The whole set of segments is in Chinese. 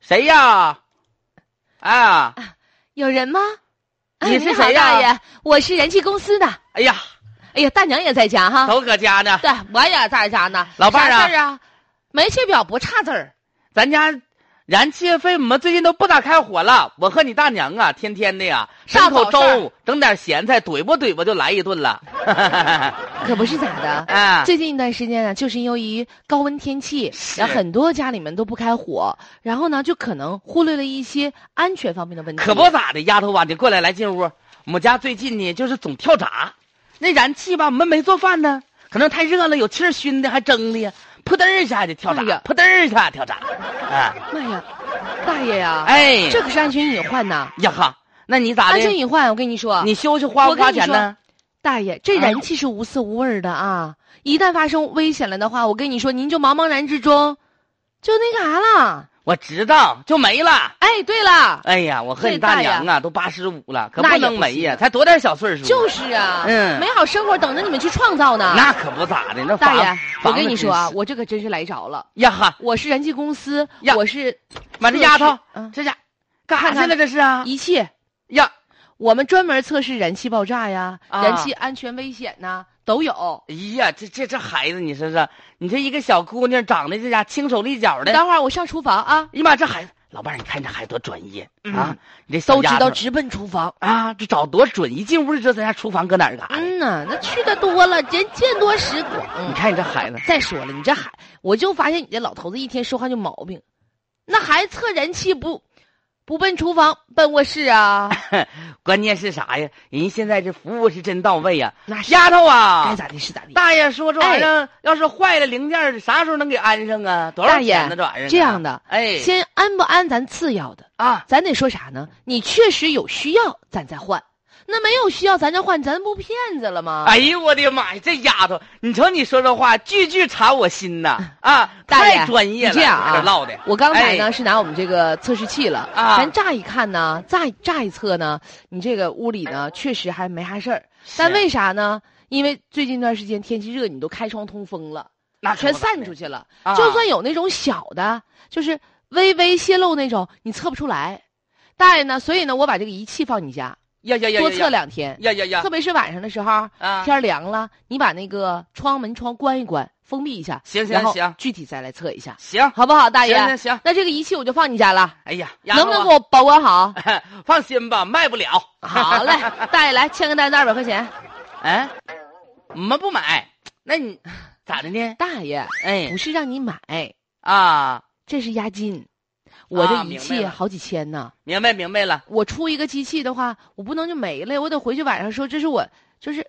谁呀？啊，有人吗？哎你是谁呀好大爷，我是人气公司的。哎呀，哎呀，大娘也在家哈。都搁家呢。对，我也在家呢。老伴儿啊啥事儿啊，煤气表不差字儿。咱家燃气费我们最近都不咋开火了。我和你大娘啊，天天的呀，上整口早市粥，整点咸菜，怼吧怼吧就来一顿了。可不是咋的。 啊，最近一段时间呢，就是由于高温天气，是然后很多家里面都不开火，然后呢，就可能忽略了一些安全方面的问题。可不咋的，丫头啊，你过来来进屋。我们家最近呢，就是总跳闸，那燃气吧，我们没做饭呢，可能太热了，有气儿熏的，还蒸的，扑腾一下就跳闸哎呀，扑腾一下跳闸。啊，妈呀，大爷呀，哎，这可是安全隐患呐！呀哈，那你咋安的嗯全？隐患，我跟你说，你修修花不啊我跟花你钱说呢？大爷，这啊燃气是无色无味儿的啊！一旦发生危险了的话，我跟你说，您就茫茫然之中，就那啥了。我知道，就没了。哎，对了，哎呀，我和你这大大爷娘啊，都八十五了，可那不也能不没呀，行啊才多点小岁数。就是啊，嗯美好生活等着你们去创造呢。那可不咋的，那大房爷，我房跟子你真说啊，是我这可真是来着了。呀哈，我是燃气公司，呀我是完了，测丫试头，嗯这家干啥看去了？这是啊？仪器，呀，我们专门测试燃气爆炸呀、啊燃气安全危险呐、都有。哎呀，这这这孩子，你说说，你这一个小姑娘长得这家轻手利脚的，哎等会儿我上厨房啊，呀妈，这孩子，老伴儿，你看这孩子多专业啊！你这小嗯都知丫道头直奔厨房。啊，这找多准，一进屋就知道咱家厨房搁哪儿嘎的。嗯呐、那去的多了，人见多识广。你看你这孩子，再说了，你这孩，我就发现你这老头子一天说话就毛病，那还测人气不不奔厨房，奔卧室啊？关键是啥呀？人现在这服务是真到位呀、 那是丫头该啊，咋地是咋地。哎大爷说这玩意儿、要是坏了零件儿，啥时候能给安上啊？多少大爷钱呢？这玩意儿啊这样的哎，先安不安咱次要的，啊，咱得说啥呢？你确实有需要，咱再换；那没有需要，咱再换，咱不骗子了吗？哎呦我的妈呀，这丫头，你瞅你说这话，句句查我心呐啊，大爷太专业了，你这样啊搁这唠的，我刚才呢、哎是拿我们这个测试器了，啊咱乍一看呢，乍乍一测呢，你这个屋里呢确实还没啥事儿，但为啥呢？因为最近一段时间天气热，你都开窗通风了，那全散出去，去了。啊就算有那种小的，就是微微泄漏那种，你测不出来。大爷呢，所以呢，我把这个仪器放你家，呀哎呀呀，多测量，两天，呀呀呀特别是晚上的时候，啊，天儿凉了，你把那个窗门窗关一关，封闭一下，行行然后行具体再来测一下，行，好不好，大行爷？行行，那这个仪器我就放你家了，哎呀，丫能头不啊能给我保管好？ 放心吧，卖不了，好嘞，大爷来欠个单子二百块钱。哎，我们不买，那你咋的呢？大爷哎不是让你买，啊，这是押金，我这啊仪明白器了好几千呢。明白明白了，我出一个机器的话，我不能就没了，我得回去晚上说这是我，就是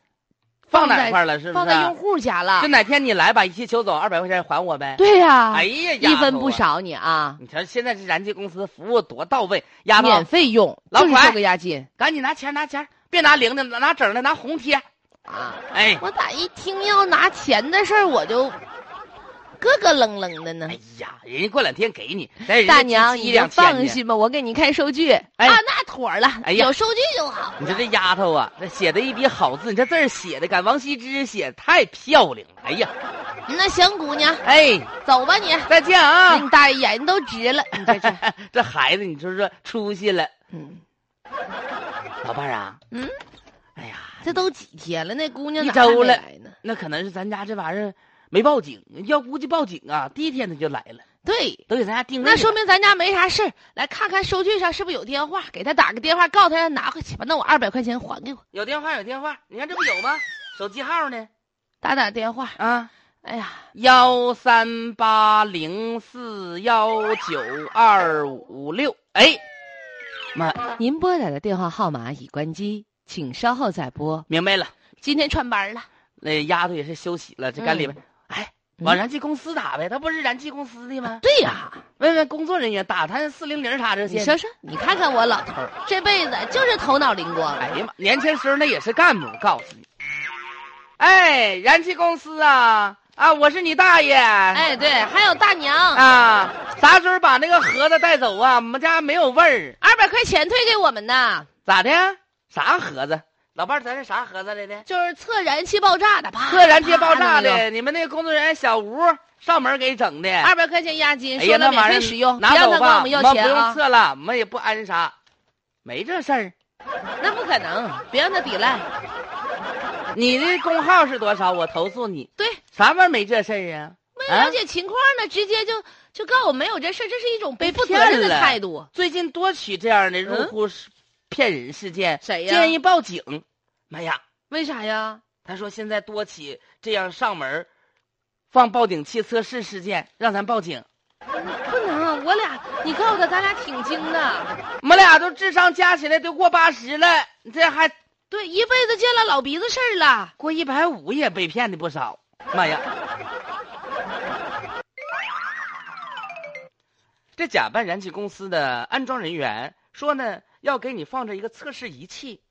放在哪块儿了？是不是？啊放在用户家了就。哪天你来把仪器取走，二百块钱还我呗。对呀，哎呀，一丫分头不啊。少你啊，你瞧，现在这燃气公司服务多到位，丫头，免费用，老就是拐收个押金赶紧拿钱拿钱，别拿零的，拿拿整的，拿红贴。啊。哎，我咋一听要拿钱的事儿，我就咯咯楞楞的呢哎？呀，人家过两天给你，咱人家大娘，一你就两千放呢。心吧，我给你看收据。哎啊，那妥儿了，哎呀有收据就好。你说这丫头啊，这写的一笔好字，你这字儿写的，赶王羲之写得太漂亮了。哎呀，那行，姑娘，哎，走吧你。再见啊那！你大爷眼睛都直了，你这是， 这孩子，你说说出息了，嗯老伴儿啊，嗯，哎呀，这都几天了，那姑娘一哪还周没了来呢？那可能是咱家这玩意儿没报警，要估计报警啊，第一天他就来了，对，都给咱家定位了。那说明咱家没啥事儿。来看看收据上是不是有电话，给他打个电话，告诉他拿回去吧。那我二百块钱还给我，有电话有电话，你看这不有吗？手机号呢？打打电话。啊，哎呀，幺三八零四幺九二五六。哎，妈，您拨打的电话号码已关机，请稍后再拨。明白了，今天串班了，那丫头也是休息了，这该里边，哎，嗯往燃气公司打呗，他不是燃气公司的吗？啊对呀、问问工作人员打，他四零零啥这你些。说说，你看看我老头儿这辈子就是头脑灵光。哎呀妈，年轻时候那也是干部，告诉你。哎，燃气公司啊啊，我是你大爷。哎哎，对，还有大娘，啊，啥时候把那个盒子带走啊？我们家没有味儿，二百块钱退给我们呢。咋的？啥盒子？老伴儿，咱是啥盒子来的？就是测燃气爆炸的，啪，测燃气爆炸啪啊那个的，你们那个工作人员小吴上门给整的。二百块钱押金，哎说呀，了那免玩意费儿使用，别拿让走他管吧，我们要妈钱不用啊！测了，我们也不安啥，没这事儿。那不可能，别让他抵赖。啊你的工号是多少？我投诉你，对，啥玩意儿没这事儿啊？没啊了解情况呢，直接就就告我没有这事儿，这是一种被不责骗任的了态度。最近多起这样的入户是骗人事件，嗯谁呀建议报警。妈呀，为啥呀？他说现在多起这样上门儿放报警器测试事件，让咱报警。不能，啊我俩，你告诉他，咱俩挺精的。我们俩都智商加起来都过八十了，你这还对，一辈子见了老鼻子事儿了。过一百五也被骗的不少。妈呀！这假扮燃气公司的安装人员说呢，要给你放这一个测试仪器。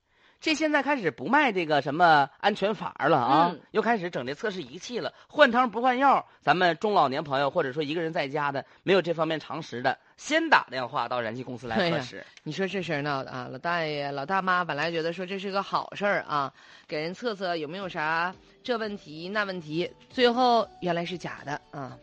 这现在开始不卖这个什么安全阀了啊，嗯又开始整这测试仪器了。换汤不换药，咱们中老年朋友或者说一个人在家的没有这方面常识的，先打电话到燃气公司来对呀核实。你说这事儿闹的啊，老大爷、老大妈本来觉得说这是个好事儿啊，给人测测有没有啥这问题那问题，最后原来是假的啊。